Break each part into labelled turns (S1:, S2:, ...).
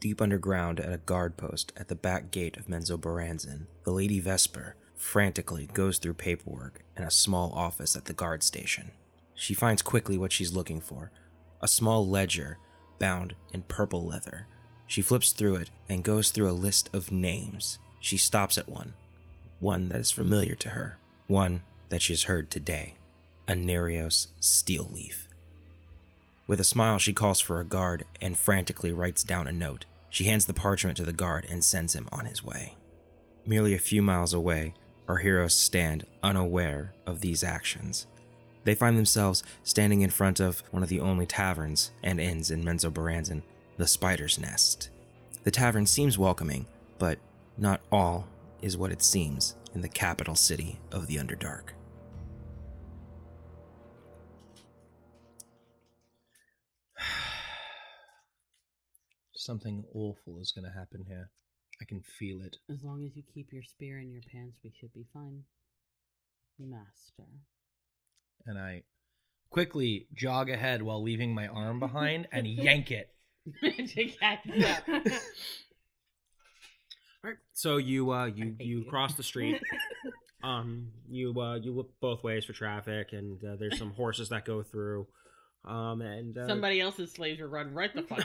S1: deep underground at a guard post at the back gate of Menzo Baranzin, the Lady Vesper frantically goes through paperwork in a small office at the guard station. She finds quickly what she's looking for a small ledger bound in purple leather. She flips through it and goes through a list of names. She stops at one, one that is familiar to her, one that she's heard today Anerios Steelleaf. With a smile, she calls for a guard and frantically writes down a note. She hands the parchment to the guard and sends him on his way. Merely a few miles away, our heroes stand unaware of these actions. They find themselves standing in front of one of the only taverns and inns in Menzo Baranzan, the Spider's Nest. The tavern seems welcoming, but not all is what it seems in the capital city of the Underdark.
S2: Something awful is going to happen here. I can feel it.
S3: As long as you keep your spear in your pants, we should be fine. Master.
S2: And I quickly jog ahead while leaving my arm behind and yank it.
S3: Magic hat.
S4: All right. So you uh you
S3: hate
S4: you
S3: you.
S4: cross the street. um you uh you look both ways for traffic and uh, there's some horses that go through. Um and uh,
S3: Somebody else's slaves were run right the fuck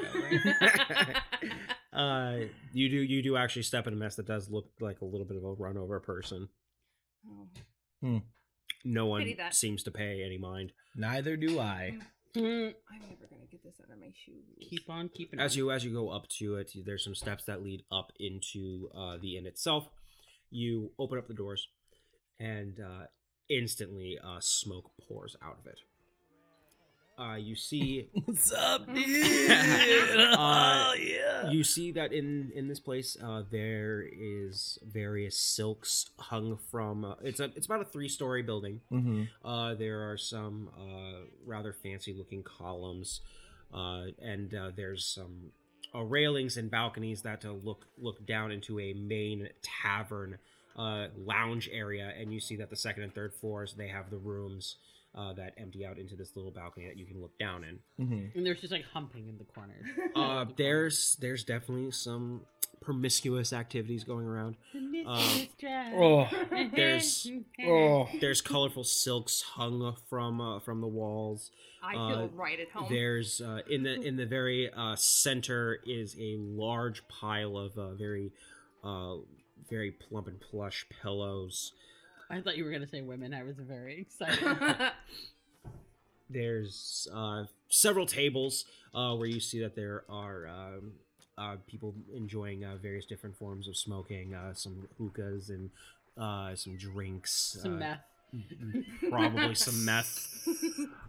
S3: over.
S4: uh you do you do actually step in a mess that does look like a little bit of a run over person.
S5: Oh.
S4: No one
S5: Pity that.
S4: seems to pay any mind.
S2: Neither do I.
S3: Mm,
S5: I'm never gonna get this out of my shoes.
S3: Keep on keeping
S4: as
S3: on.
S4: you as you go up to it there's some steps that lead up into uh, the inn itself you open up the doors and uh, instantly uh, smoke pours out of it uh, you see
S2: What's up, dude?
S4: Uh,
S2: oh, yeah.
S4: you see that in in this place uh, there is various silks hung from uh, it's a it's about a three story building
S2: mm-hmm.
S4: uh, there are some uh, rather fancy looking columns, uh, and uh, there's some uh, railings and balconies that uh, look look down into a main tavern uh, lounge area. And you see that the second and third floors they have the rooms uh, that empty out into this little balcony that you can look down in.
S2: Mm-hmm.
S3: and there's just like humping in the corners.
S4: Uh, there's there's definitely some promiscuous activities going around.
S3: The mission
S4: uh,
S3: is dry.
S2: Oh,
S4: there's-
S2: oh.
S4: There's colorful silks hung from uh, from the walls.
S5: I
S4: uh,
S5: feel right at
S6: Oh.
S5: home.
S4: There's uh, in the in the very uh, center is a large pile of uh, very uh, very plump and plush pillows.
S3: I thought you were gonna say women. I was very excited.
S5: That's
S4: There's uh, several tables uh, where you see that there are um, uh, people enjoying uh, various different forms of smoking, uh, some hookahs and uh, some drinks,
S3: Some
S4: uh,
S3: meth.
S4: probably some meth.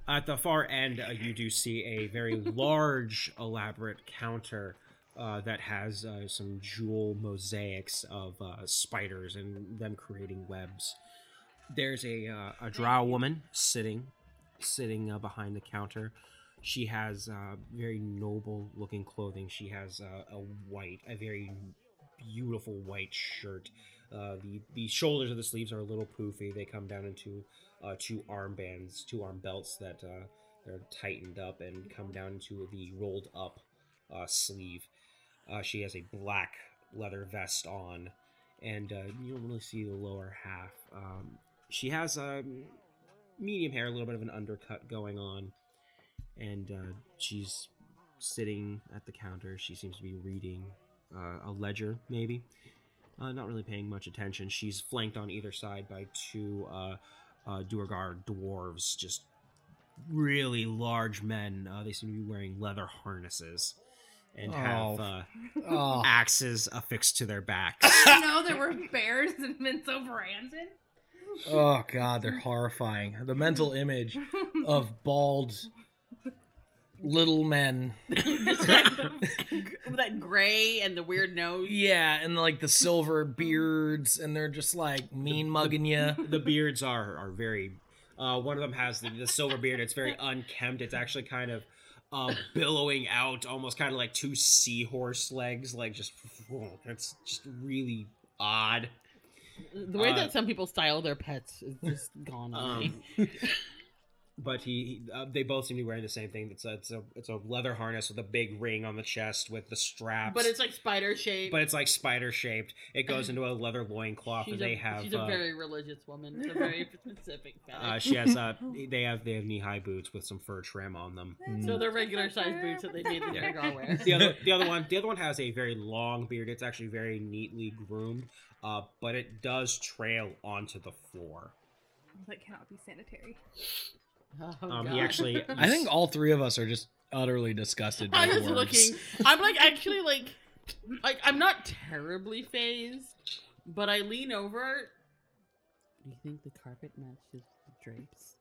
S4: At the far end, uh, you do see a very large, elaborate counter uh, that has uh, some jewel mosaics of uh, spiders and them creating webs. There's a uh, a drow woman sitting, sitting uh, behind the counter. She has uh, very noble looking clothing. She has uh, a white, a very beautiful white shirt. Uh, the the shoulders of the sleeves are a little poofy. They come down into uh, two armbands, two arm belts that uh, they're tightened up and come down to the rolled up uh, sleeve. Uh, she has a black leather vest on, and uh, you don't really see the lower half. Um, she has um, medium hair, a little bit of an undercut going on, and uh, she's sitting at the counter. She seems to be reading uh, a ledger, maybe. Uh, not really paying much attention. She's flanked on either side by two uh, uh, Duergar dwarves, just really large men. Uh, they seem to be wearing leather harnesses and
S2: Oh.
S4: have uh,
S2: Oh.
S4: axes affixed to their backs.
S5: you know there were bears in Minso Brandon.
S4: Uh,
S2: Oh god, they're horrifying. The mental image of bald little men.
S3: that gray and the weird nose.
S2: Yeah, and like the silver beards, and they're just like mean mugging you.
S4: the beards are are very. Uh, one of them has the, the silver beard. It's very unkempt. It's actually kind of uh, billowing out, almost kind of like two seahorse legs. Like just it's just really odd.
S3: The way
S4: Uh,
S3: that some people style their pets is just gone on me.
S4: Um, but he, he- uh, they both seem to be wearing the same thing. It's a, it's a it's a leather harness with a big ring on the chest with the straps.
S3: But it's like spider shaped.
S4: but it's like spider shaped. It goes into a leather loincloth,
S3: she's
S4: and
S3: a,
S4: they have.
S3: She's a
S4: uh,
S3: very religious woman. It's a very specific
S4: uh,
S3: fetish.
S4: she has uh, they have they have knee high boots with some fur trim on them.
S3: so they're regular sized boots that they made in
S4: Yeah.
S3: Dragar wear.
S4: The other the other one the other one has a very long beard. It's actually very neatly groomed, uh, but it does trail onto the floor.
S5: That cannot be sanitary.
S3: Oh,
S4: Um,
S3: God.
S4: he actually.
S2: I think all three of us are just utterly disgusted by
S3: I was
S2: words.
S3: looking. I'm like actually like like I'm not terribly phased, but I lean over. Do you think the carpet matches the drapes?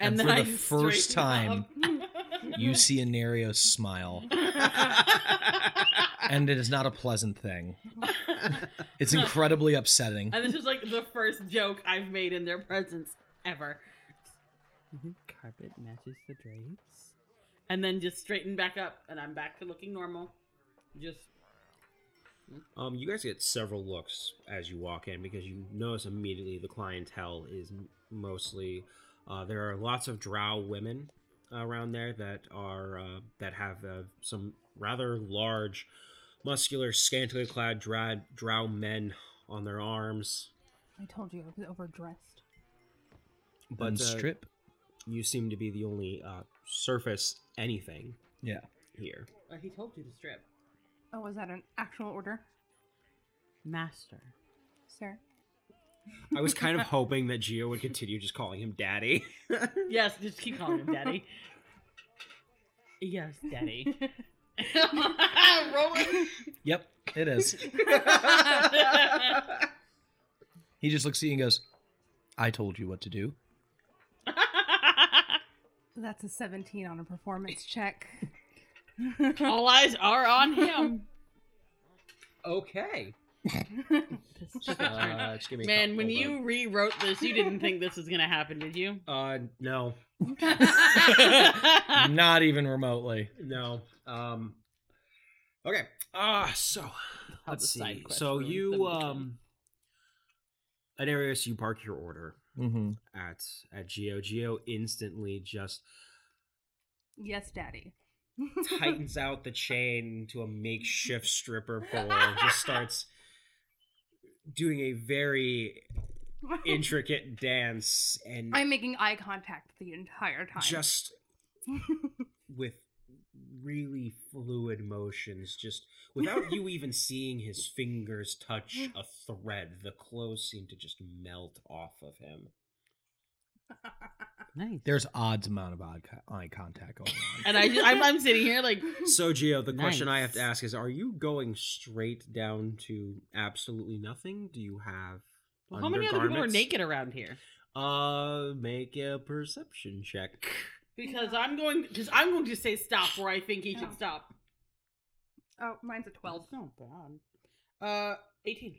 S2: And for the first
S3: straighten
S2: You see Anarios smile,
S3: up.
S2: and it is not a pleasant thing.
S3: and
S2: It's incredibly upsetting.
S3: this is like the first joke I've made in their presence ever. You think Mm-hmm. carpet matches the drapes? And then just straighten back up, and I'm back to looking normal. Just
S4: Um, you guys get several looks as you walk in because you notice immediately the clientele is m- mostly. Uh, there are lots of drow women around there that are uh, that have uh, some rather large, muscular, scantily clad drow, drow men on their arms.
S5: I told you I was overdressed.
S4: But
S2: And
S4: uh,
S2: strip.
S4: you seem to be the only uh, surface anything
S2: Yeah.
S4: here.
S3: Uh, he told you to strip.
S5: Oh, was that an actual order,
S3: Master.
S5: sir?
S4: I was kind of hoping that Gio would continue just calling him daddy.
S3: Yes, just keep calling him daddy. yes, daddy. Rolling.
S2: Yep. It is. He just looks at you and goes, "I told you what to do."
S5: That's a 17 on a performance check.
S3: All eyes are on him.
S4: okay. Uh, just give me a
S3: Man,
S4: couple
S3: when
S4: of-
S3: you rewrote this, you didn't think this was gonna happen, did you?
S4: Uh, no,
S2: Not even remotely.
S4: no. Um, okay. Ah, so let's
S3: a side
S4: see.
S3: quest
S4: So
S3: for them
S4: you,
S3: to come.
S4: um, Anarius, you park your order
S2: Mm-hmm.
S4: at at Geo. Geo instantly just
S5: yes, daddy.
S4: tightens out the chain to a makeshift stripper pole and just starts doing a very intricate dance and
S5: I'm making eye contact the entire time.
S4: just with really fluid motions just without you even seeing his fingers touch a thread the clothes seem to just melt off of him
S3: nice.
S2: There's odds amount of odd co- eye contact going on.
S3: And I, just, I'm, I'm sitting here like,
S4: so geo the question i have to
S3: Mm. Nice.
S4: ask is are you going straight down to absolutely nothing do you have
S3: well, how many other people are
S4: undergarments?
S3: naked around here?
S4: uh make a perception check
S3: Because I'm going, because I'm going to say stop where I think he
S5: Oh.
S3: should stop.
S5: oh, mine's a 12.
S3: That's not bad. Uh, 18.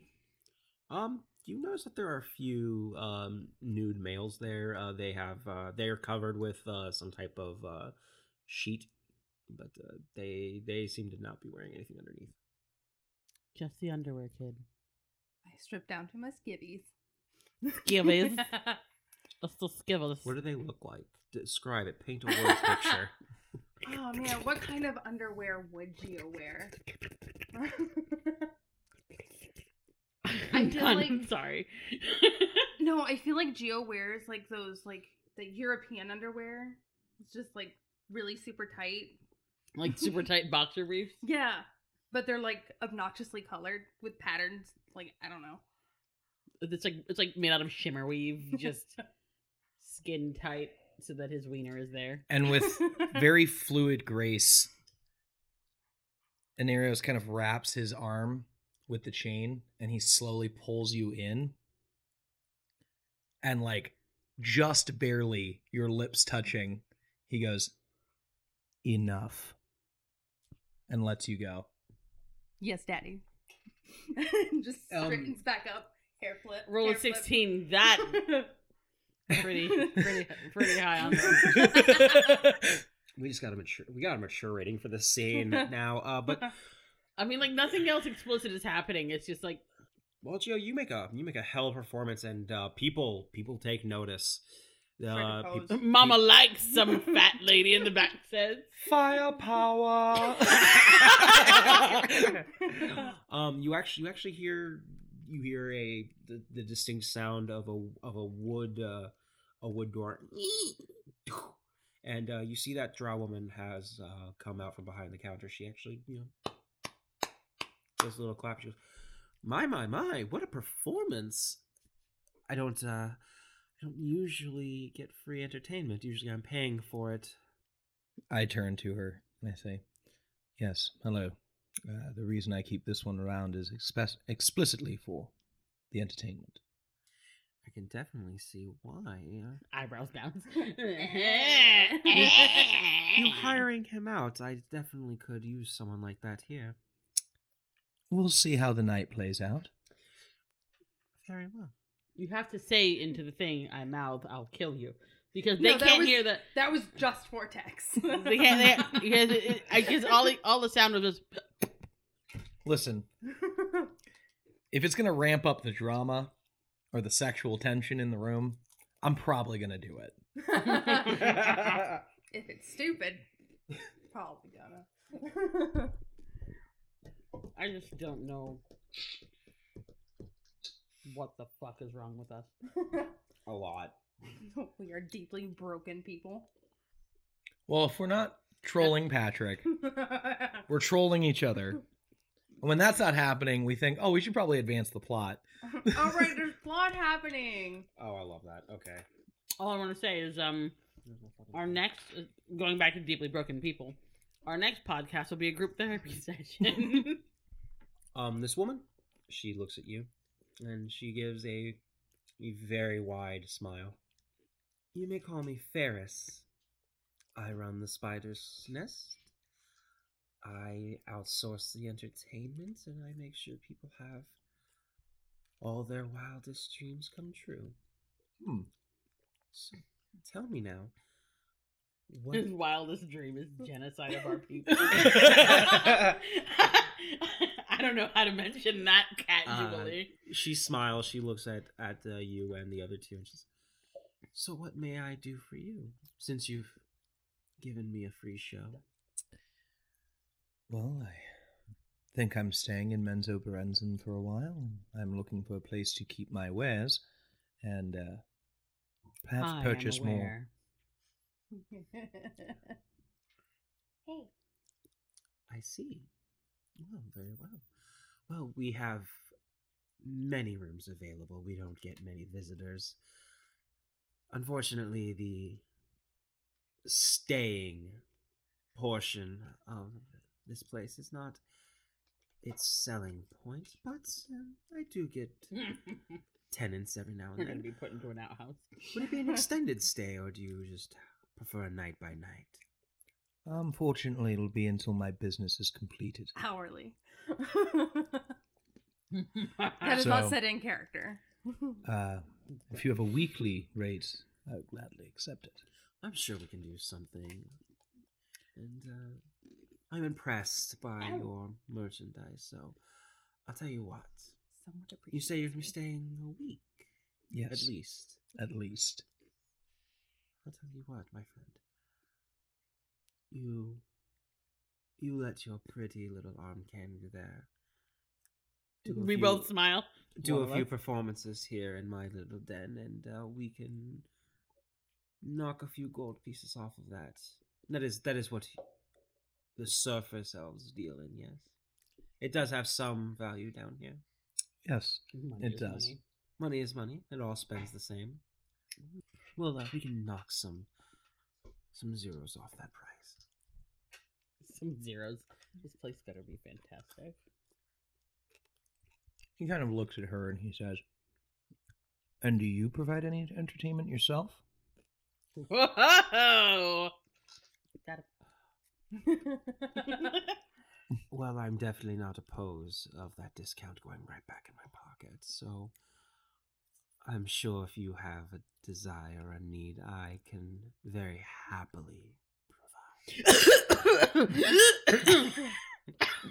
S4: um you notice that there are a few um nude males there uh they have uh they are covered with uh some type of uh sheet but uh, they they seem to not be wearing anything underneath
S3: Just the underwear kid.
S5: I stripped down to my skivvies.
S3: Skivvies. Let's still skivvies.
S4: what do they look like describe it paint a word picture
S5: oh man, what kind of underwear would you wear?
S3: I'm
S5: I feel
S3: done.
S5: like-
S3: I'm sorry.
S5: no, I feel like Gio wears like those like the European underwear. It's just like really super tight.
S3: like super tight boxer briefs.
S5: Yeah. But they're like obnoxiously colored with patterns. Like, I don't know.
S3: It's like it's like made out of shimmer weave, just skin tight, so that his wiener is there.
S2: And with very fluid grace, Anarios kind of wraps his arm with the chain, and he slowly pulls you in. And like, just barely, your lips touching, he goes, "Enough," and lets you go.
S5: Yes, daddy. just
S2: Um,
S5: straightens back up, hair flip.
S3: Roll a
S5: hair flip.
S3: sixteen. That pretty pretty pretty high on that.
S4: we just got a mature we got a mature rating for this scene now uh but
S3: I mean, like nothing else explicit is happening. It's just like
S4: well geo you make a you make a hell of a performance and uh people people take notice Uh, peop-
S5: pose.
S3: Mama likes some fat lady in the back says.
S4: firepower. um, you actually you actually hear you hear a the, the distinct sound of a of a wood uh, a wood door, and uh, you see that drow woman has uh, come out from behind the counter. She actually you know does a little clap. She goes, "My my my! What a performance! I don't uh." I don't usually get free entertainment. Usually, I'm paying for it.
S2: I turn to her and I say, Yes, hello. Uh, the reason I keep this one around is express- explicitly for the entertainment.
S4: I can definitely see why.
S3: Eyebrows bounce.
S4: You hiring him out, I definitely could use someone like that here.
S2: We'll see how the night plays out.
S4: Very well.
S3: You have to say into the thing, I mouth, I'll kill you. Because
S5: No,
S3: they
S5: that
S3: can't
S5: was-
S3: hear the.
S5: That was just vortex.
S3: They can't. They, because it, it, I guess all, the- all the sound was just.
S2: Listen, if it's going to ramp up the drama or the sexual tension in the room, I'm probably going to do it.
S5: if it's stupid, probably gonna.
S3: I just don't know what the fuck is wrong with us.
S4: A lot.
S5: we are deeply broken people.
S2: Well, if we're not trolling Patrick, we're trolling each other. And when that's not happening, we think, oh, we should probably advance the plot.
S5: All right, there's plot happening.
S4: Oh, I love that. Okay.
S3: All I want to say is, um, our next, uh, going back to Deeply Broken People, our next podcast will be a group therapy session.
S4: Um, this woman, she looks at you, and she gives a, a very wide smile. You may call me Ferris. I run the spider's nest. I outsource the entertainment, and I make sure people have all their wildest dreams come true.
S2: Hmm.
S4: So, tell me now. What?
S3: His wildest dream is genocide of our people. I don't know how to mention that casually.
S4: she smiles. She looks at at uh, you and the other two, and she's. So what may I do for you since you've given me a free show?
S2: Well, I think I'm staying in Menzo Berenzin for a while. I'm looking for a place to keep my wares and uh, perhaps
S3: I am
S2: purchase more.
S3: aware.
S5: hey.
S4: I see. Well, very well. Well, we have many rooms available. We don't get many visitors. Unfortunately, the staying portion of this place is not its selling point, but um, I do get tenants every now
S3: We're
S4: and
S3: gonna be
S4: then.
S3: put into an outhouse.
S4: Would it be an extended stay, or do you just prefer a night by night?
S2: Unfortunately, it'll be until my business is completed.
S5: Hourly.
S3: I
S5: That is not
S2: So-
S5: set in character.
S2: Uh, if you have a weekly rate, I would gladly accept it.
S4: I'm sure we can do something. And uh, I'm impressed by
S3: Ow.
S4: your merchandise, so I'll tell you what.
S5: Somewhat
S4: You say you're gonna be
S5: appreciated.
S4: staying a week,
S2: Yes,
S4: at least.
S2: At least.
S4: I'll tell you what, my friend. You. You let your pretty little arm candy there. do a
S3: we
S4: few-
S3: both smile.
S4: do
S2: One
S4: a
S2: of
S4: few
S2: us?
S4: performances here in my little den, and uh, we can knock a few gold pieces off of that. That is that is what the surface elves deal in. Yes, it does have some value down here.
S2: Yes.
S3: Money
S2: It
S3: is
S2: does.
S3: money.
S4: Money is money. It all spends the same. Well, uh, we can knock some some zeros off that price.
S3: Some zeros. This place better be fantastic.
S2: He kind of looks at her and he says, "And do you provide any entertainment yourself?"
S3: Whoa! Got it.
S4: Well, I'm definitely not opposed of that discount going right back in my pocket. So I'm sure if you have a desire or a need, I can very happily provide.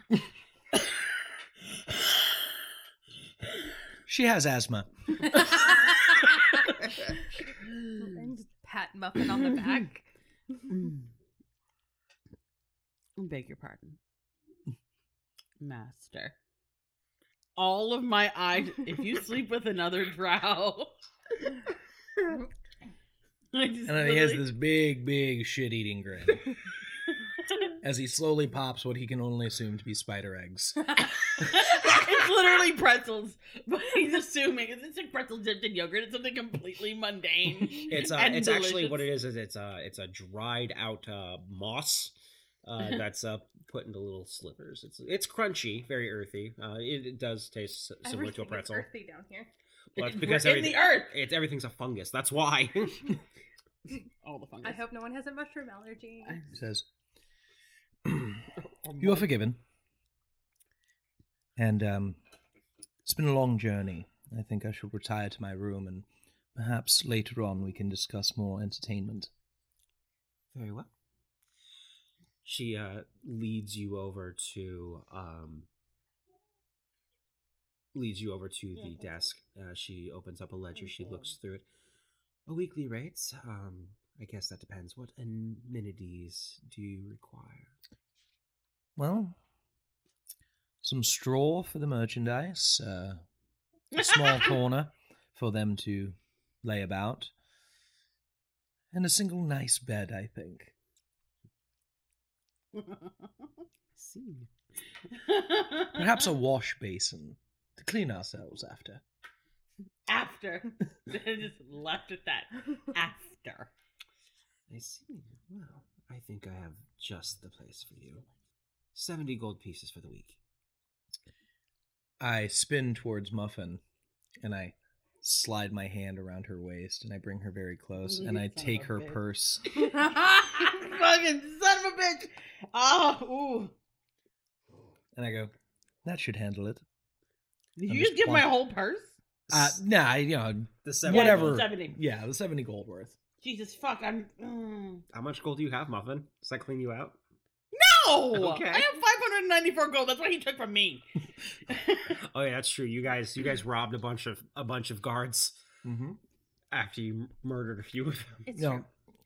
S2: She has asthma.
S5: And muffin on the back.
S3: I beg your pardon, master. All of my eyes. If you sleep with another drow, I just
S2: And then he has
S3: literally-
S2: this big, big shit eating grin as he slowly pops what he can only assume to be spider eggs.
S3: it's literally pretzels, but he's assuming it's like pretzel dipped in yogurt. It's something completely mundane.
S4: It's uh,
S3: and
S4: it's actually what it
S3: delicious.
S4: is is it's uh it's a dried out uh, moss uh, that's uh put into little slivers. It's it's crunchy, very earthy. Uh, it, it does taste s- similar to a
S5: Everything is
S4: pretzel.
S5: earthy down here.
S4: Well, it's
S3: We're
S4: because
S3: in the
S4: everything,
S3: earth.
S4: it's everything's a fungus. That's why.
S3: All the fungus.
S5: I hope no one has a mushroom allergy.
S3: I-
S2: He says, You are forgiven. And um, it's been a long journey. I think I shall retire to my room and perhaps later on we can discuss more entertainment.
S4: Very well. She uh, leads you over to um, leads you over to the desk. Uh, she opens up a ledger. She looks through it. A weekly rates. Um, I guess that depends. What amenities do you require?
S2: Well, some straw for the merchandise, uh, a small corner for them to lay about, and a single nice bed, I think.
S3: see.
S2: Perhaps
S3: Mm-hmm.
S2: a wash basin to clean ourselves after.
S3: after. They just left with that. After.
S4: I see. Well, I think I have just the place for you. Seventy gold pieces for the week.
S2: I spin towards Muffin and I slide my hand around her waist and I bring her very close and I
S3: Son of
S2: take
S3: a
S2: her
S3: bitch.
S2: purse.
S3: Fucking son of a bitch. Oh, ooh.
S2: And I go, that should handle it.
S3: Did
S2: I'm
S3: you just
S2: just
S3: give my
S2: plonk-
S3: whole purse?
S2: Uh, nah, I- you know,
S4: The
S3: Yeah,
S4: seventy.
S2: whatever.
S3: 70.
S2: Yeah, the 70 gold worth.
S3: Jesus fuck, I'm. Mm.
S4: How much gold do you have, Muffin? Does that clean you out?
S3: No!
S4: Okay.
S3: I have 594 gold. That's what he took from me.
S4: Oh yeah, that's true. You guys, you guys robbed a bunch of a bunch of guards.
S2: Mm-hmm.
S4: after you murdered a few of them.
S5: It's
S2: No,
S5: true.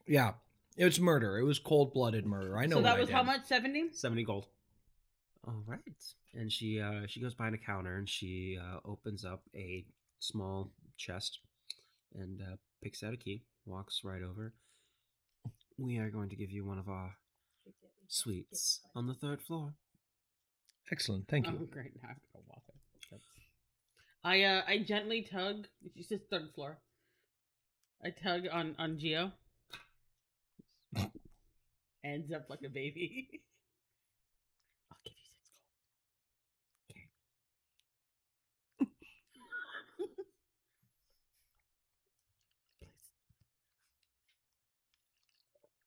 S2: yeah, it was murder. It was cold-blooded murder. I know.
S3: so that
S2: what I
S3: was how
S2: did.
S3: much? 70?
S4: Seventy gold. All right. And she uh, she goes behind a counter and she uh, opens up a small chest and uh, picks out a key. Walks right over. We are going to give you one of our suites on the third floor.
S2: Excellent, thank
S3: Oh,
S2: you.
S3: great. Now I have to go walk up. I, uh, I gently tug. She says third floor. I tug on, on Geo. Ends up like a baby. I'll give you six gold.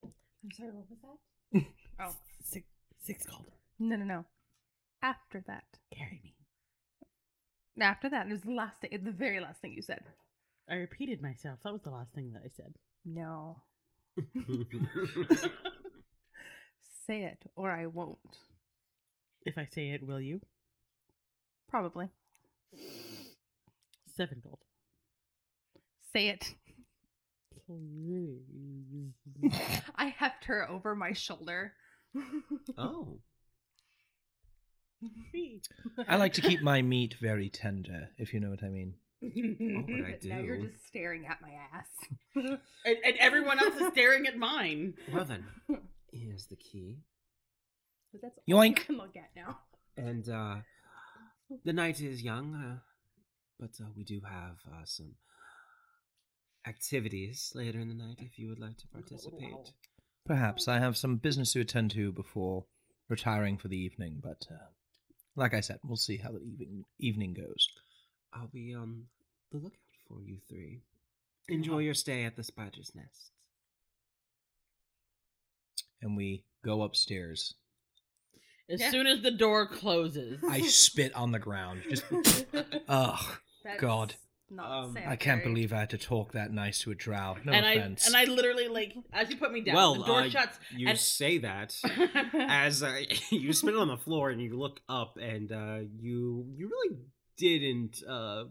S5: I'm sorry, what was that?
S3: Oh, six, six gold.
S5: No, no, no. After that.
S3: Carry me.
S5: After that, it was the last thing, the very last thing you said.
S3: I repeated myself. That was the last thing that I said.
S5: No. Say it or I won't.
S3: If I say it, will you?
S5: Probably.
S3: Seven gold.
S5: Say it.
S3: Please.
S5: I heft her over my shoulder.
S4: oh,
S2: I like to keep my meat very tender, if you know what I mean.
S4: oh but I
S5: But Now you're
S4: do.
S5: just staring at my ass.
S3: and, and everyone else is staring at mine.
S4: Well then, here's the key.
S5: But that's all I
S2: Yoink.
S5: can look at now.
S4: And uh, the night is young, uh, but uh, we do have uh, some activities later in the night if you would like to participate.
S2: Perhaps I have some business to attend to before retiring for the evening, but uh, like I said, we'll see how the evening evening goes.
S4: I'll be on the lookout for you three. Enjoy your stay at the spider's nest.
S2: And we go upstairs.
S3: As
S5: Yeah.
S3: soon as the door closes,
S2: I spit on the ground. Just ugh,
S5: That's
S2: God.
S5: Not
S4: Um,
S2: I can't
S5: sanitary.
S2: believe I had to talk that nice to a drow. No
S3: and
S2: offense.
S3: I and I literally like as you put me down, the door shuts.
S4: you
S3: and-
S4: say that as uh, you spit on the floor and you look up, and uh, you you really didn't uh,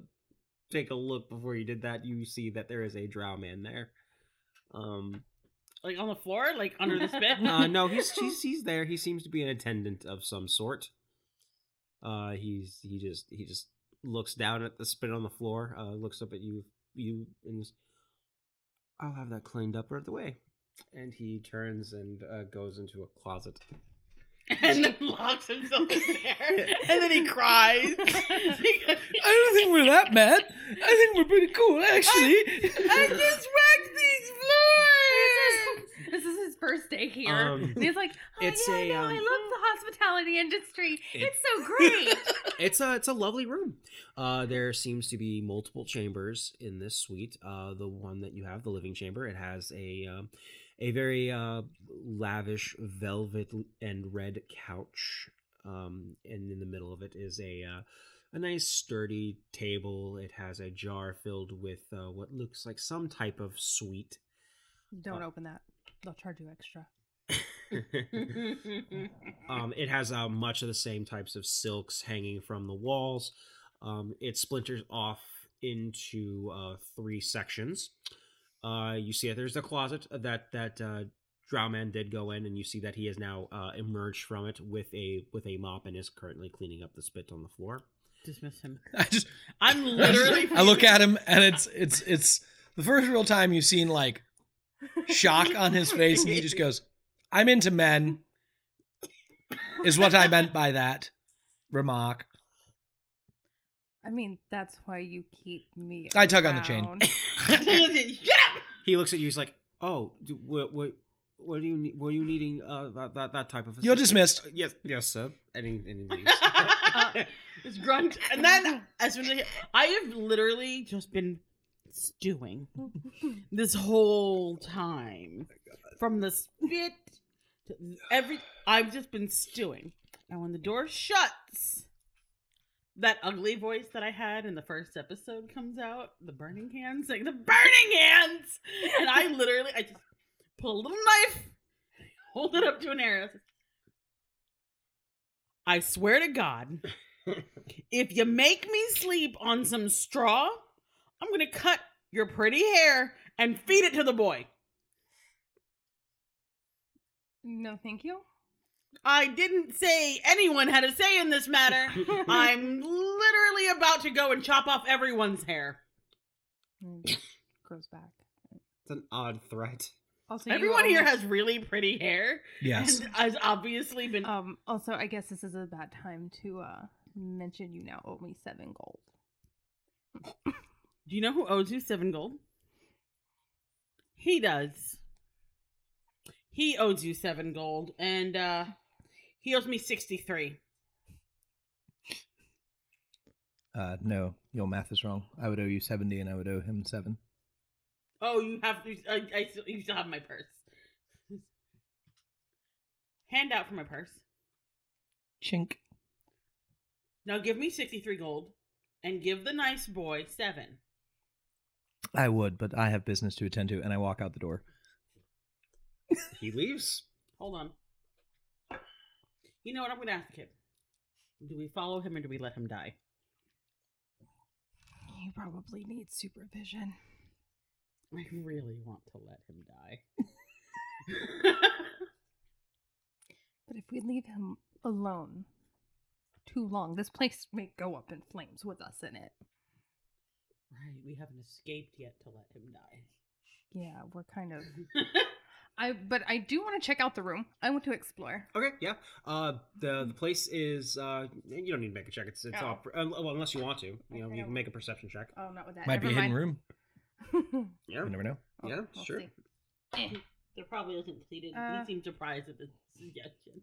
S4: take a look before you did that. You see that there is a drow man there. Um,
S3: Like on the floor, like under this bed.
S4: uh, no, he's, he's he's there. He seems to be an attendant of some sort. Uh, he's he just he just looks down at the spit on the floor. Uh, looks up at you you and is, I'll have that cleaned up right away. And he turns and uh, goes into a closet.
S3: and then locks himself in there, and then he cries.
S2: don't think we're that mad. I think we're pretty cool, actually.
S3: I just wrecked these floors.
S5: This is his first day here.
S4: Um,
S5: and he's like, oh,
S4: it's
S5: yeah,
S4: a,
S5: no, I
S4: um,
S5: love the hospitality industry.
S4: it-
S5: it's so great.
S4: it's a it's a lovely room. Uh, there seems to be multiple chambers in this suite. Uh, the one that you have, the living chamber, it has a um, a very uh, lavish velvet and red couch, um, and in the middle of it is a uh, a nice sturdy table. It has a jar filled with uh, what looks like some type of sweet.
S5: Don't open that. They'll charge you extra.
S4: Um, it has uh, much of the same types of silks hanging from the walls. Um, it splinters off into uh, three sections. Uh, you see that there's a closet that that uh, Drowman did go in, and you see that he has now uh, emerged from it with a with a mop and is currently cleaning up the spit on the floor.
S3: Dismiss him.
S2: I just
S3: I'm literally.
S2: I look at him and it's it's it's the first real time you've seen like shock on his face and he just goes, "I'm into men." Is what I meant by that remark.
S5: I mean, that's why you keep me.
S2: I tug on the chain.
S5: around.
S3: Shut up!
S4: He looks at you. He's like, "Oh, do, what what what do you ne- what are you needing uh, that, that that type of
S2: You're
S4: assistance?"
S2: dismissed.
S4: Yes, yes, sir. And he, and he leaves.
S3: Just grunt, and then as soon as I, hear- I have literally just been stewing this whole time, from the spit to every, I've just been stewing. And when the door shuts, that ugly voice that I had in the first episode comes out, the burning hands, like the burning hands, and I literally, I just pull a little knife, hold it up to an arrow. I swear to God, if you make me sleep on some straw, I'm gonna cut your pretty hair and feed it to the boy.
S5: No, thank you.
S3: I didn't say anyone had a say in this matter. I'm literally about to go and chop off everyone's hair.
S5: And it grows Mm, back.
S4: It's an odd threat.
S5: Also, you
S3: Everyone here
S5: almost-
S3: has really pretty hair.
S2: Yes.
S3: And has obviously been.
S5: Um. Also, I guess this is a bad time to uh mention you now owe me seven gold.
S3: Do you know who owes you seven gold? He does. He owes you seven gold, and uh he owes me sixty-three.
S2: Uh, no, your math is wrong. I would owe you seventy, and I would owe him seven.
S3: Oh, you have you- I, I still, you still have my purse. Hand out for my purse.
S2: Chink.
S3: Now give me sixty-three gold, and give the nice boy seven.
S2: I would, but I have business to attend to, and I walk out the door.
S4: He leaves.
S3: Hold on. You know what? I'm gonna ask him. Do we follow him or do we let him die?
S5: You probably need supervision.
S3: I really want to let him die.
S5: But if we leave him alone too long, this place may go up in flames with us in it.
S3: right, we haven't escaped yet to let him die.
S5: Yeah, we're kind of. I but I do want to check out the room. I want to explore.
S4: Okay, yeah. Uh, the the place is. Uh, you don't need to make a check. It's it's
S5: Hmm. Oh.
S4: all. Uh, well, unless you want to, you know,
S5: Okay.
S4: you can make a perception check.
S5: Oh, not with that.
S2: Might be a hidden room.
S5: room.
S4: Yeah.
S2: You never know.
S5: Oh,
S4: Yeah, sure.
S5: Eh,
S3: there probably isn't pleaded.
S5: Uh,
S3: he seemed surprised at the suggestion.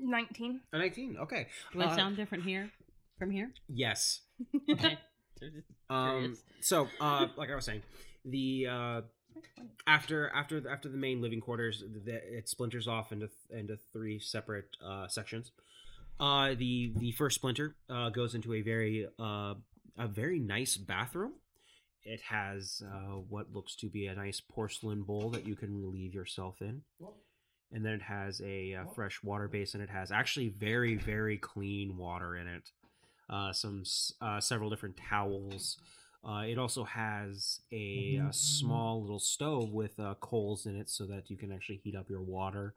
S5: Nineteen.
S4: A nineteen. Okay.
S3: Do I
S4: Uh,
S3: sound different here from here?
S4: Yes.
S3: Okay.
S4: Um.
S3: Curious.
S4: So, uh, like I was saying, the uh, after after the- after the main living quarters, the, it splinters off into th- into three separate uh, sections. Uh, the the first splinter uh, goes into a very uh, a very nice bathroom. It has uh, what looks to be a nice porcelain bowl that you can relieve yourself in, and then it has a uh, fresh water basin. It has actually very very clean water in it. Uh, some s- uh, several different towels Uh, it also has a, uh small little stove with uh, coals in it so that you can actually heat up your water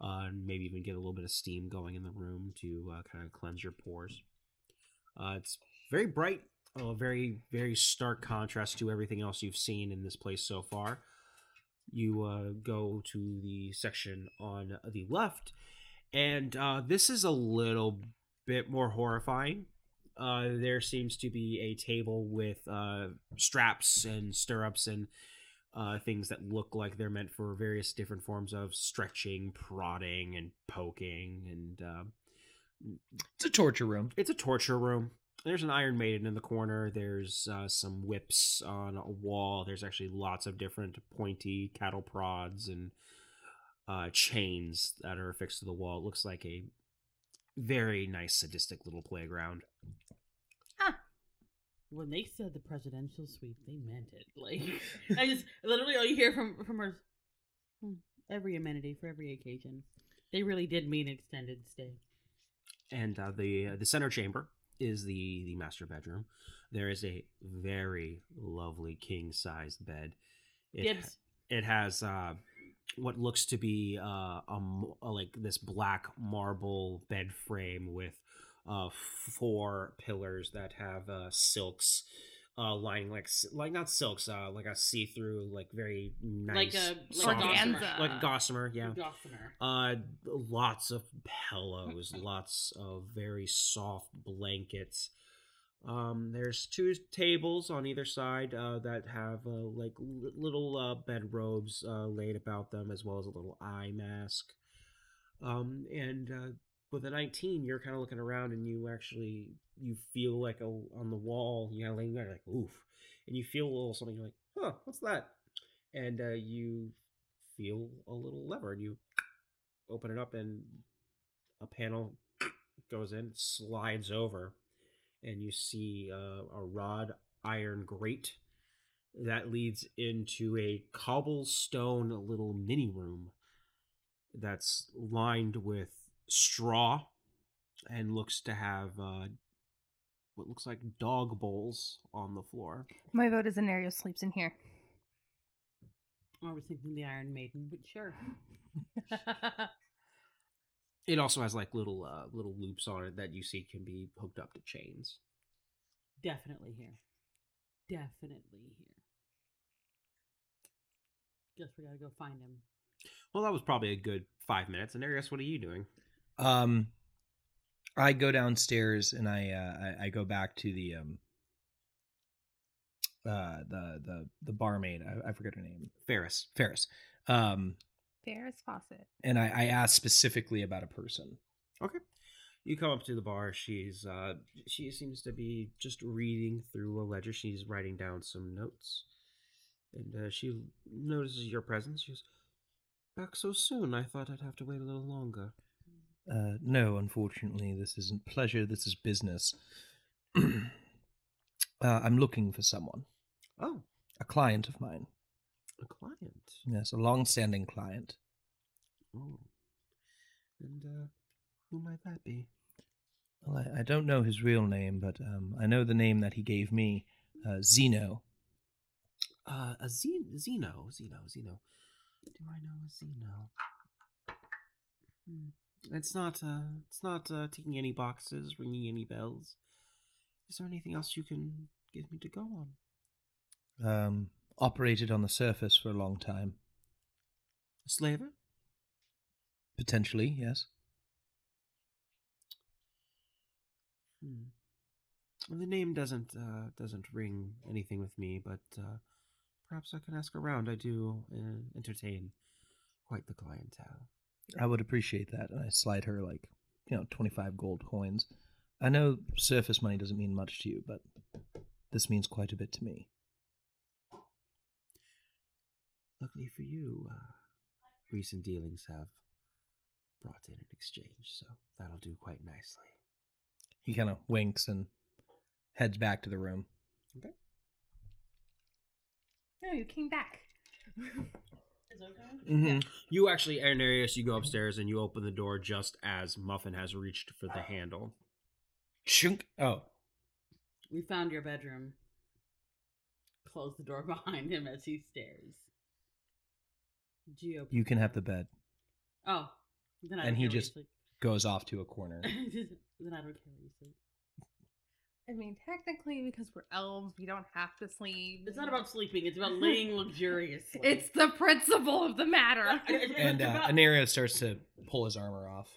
S4: uh, and maybe even get a little bit of steam going in the room to uh, kind of cleanse your pores. Uh, it's very bright, a very, very stark contrast to everything else you've seen in this place so far. You uh, go to the section on the left, and uh, this is a little bit more horrifying. Uh, there seems to be a table with uh, straps and stirrups and uh, things that look like they're meant for various different forms of stretching, prodding, and poking. And uh,
S2: It's a torture room.
S4: it's a torture room. There's an Iron Maiden in the corner. There's uh, some whips on a wall. There's actually lots of different pointy cattle prods and uh, chains that are affixed to the wall. It looks like a very nice, sadistic little playground.
S3: When they said the presidential sweep, they meant it. Like I just literally all you hear from from her "Hmm, every amenity for every occasion. They really did mean extended stay.
S4: and uh, the the center chamber is the the master bedroom. There is a very lovely king sized bed. It,
S3: Dibs.
S4: it has uh, what looks to be uh, a, m- a, like this black marble bed frame with uh, four pillars that have uh, silks. Uh, lining like s- like not silks uh like a see through like very
S3: Like
S4: nice
S3: a-
S4: soft-
S3: like
S5: organza.
S4: like gossamer yeah
S3: Gossamer.
S4: uh, lots of pillows, lots of very soft blankets. Um, there's two tables on either side uh, that have uh, like li- little uh, bedrobes uh, laid about them, as well as a little eye mask. Um, and uh, with a 19, you're kind of looking around, and you actually you feel like a, on the wall, you know, laying there like oof, and you feel a little something. You're like, huh, what's that? And uh, you feel a little lever, and you open it up and a panel goes in, slides over, and you see uh, a rod iron grate that leads into a cobblestone little mini room that's lined with straw and looks to have uh, what looks like dog bowls on the floor.
S6: My vote is Anerio sleeps in here.
S3: I was thinking the Iron Maiden, but sure.
S4: It also has like little uh, little loops on it that you see can be hooked up to chains.
S3: Definitely here. Definitely here. Guess we gotta go find him.
S4: Well, that was probably a good five minutes. And Arius, what are you doing?
S2: Um, I go downstairs and I uh, I, I go back to the um uh the the the barmaid. I, I forget her name.
S4: Ferris.
S2: Ferris. Um,
S6: Ferris Fawcett.
S2: and I, I asked specifically about a person.
S4: Okay. You come up to the bar. She's uh, she seems to be just reading through a ledger. She's writing down some notes, and uh, she notices your presence. She goes, "Back so soon? I thought I'd have to wait a little longer."
S2: Uh, no, unfortunately, this isn't pleasure. This is business. uh, I'm looking for someone,
S4: Oh,
S2: a client of mine.
S4: a client.
S2: Yes, a long-standing client.
S4: Oh, and uh, who might that be?
S2: Well, I, I don't know his real name, but um, I know the name that he gave me, uh, Zeno.
S4: Uh, a Zen- Zeno, Zeno, Zeno. Do I know a Zeno? Hmm. It's not. Uh, it's not uh, taking any boxes, ringing any bells. Is there anything else you can give me to go on?
S2: Um, operated on the surface for a long time,
S4: A slaver?
S2: potentially. Yes.
S4: Hmm. Well, the name doesn't uh, doesn't ring anything with me, but uh, perhaps I can ask around. I do uh, entertain quite the clientele.
S2: I would appreciate that, and I slide her like, you know, twenty-five gold coins. I know surface money doesn't mean much to you, but this means quite a bit to me.
S4: Luckily for you, uh, recent dealings have brought in an exchange, so that'll do quite nicely.
S2: He kind of winks and heads back to the room.
S5: No, you came back.
S2: Mm-hmm.
S4: You actually, Anarius, you go upstairs and you open the door just as Muffin has reached for the handle.
S2: Shunk. Oh,
S3: We found your bedroom. close the door behind him as he stares. Geo.
S2: You can have the bed.
S3: Oh, then I
S2: And
S3: don't
S2: he
S3: care where you
S2: just-
S3: sleep.
S2: Goes off to a corner.
S3: then I don't care where you sleep.
S6: I mean, technically, because we're elves, we don't have to sleep.
S3: It's not about sleeping. It's about laying luxuriously.
S5: It's the principle of the matter.
S2: And uh, Anaria starts to pull his armor off.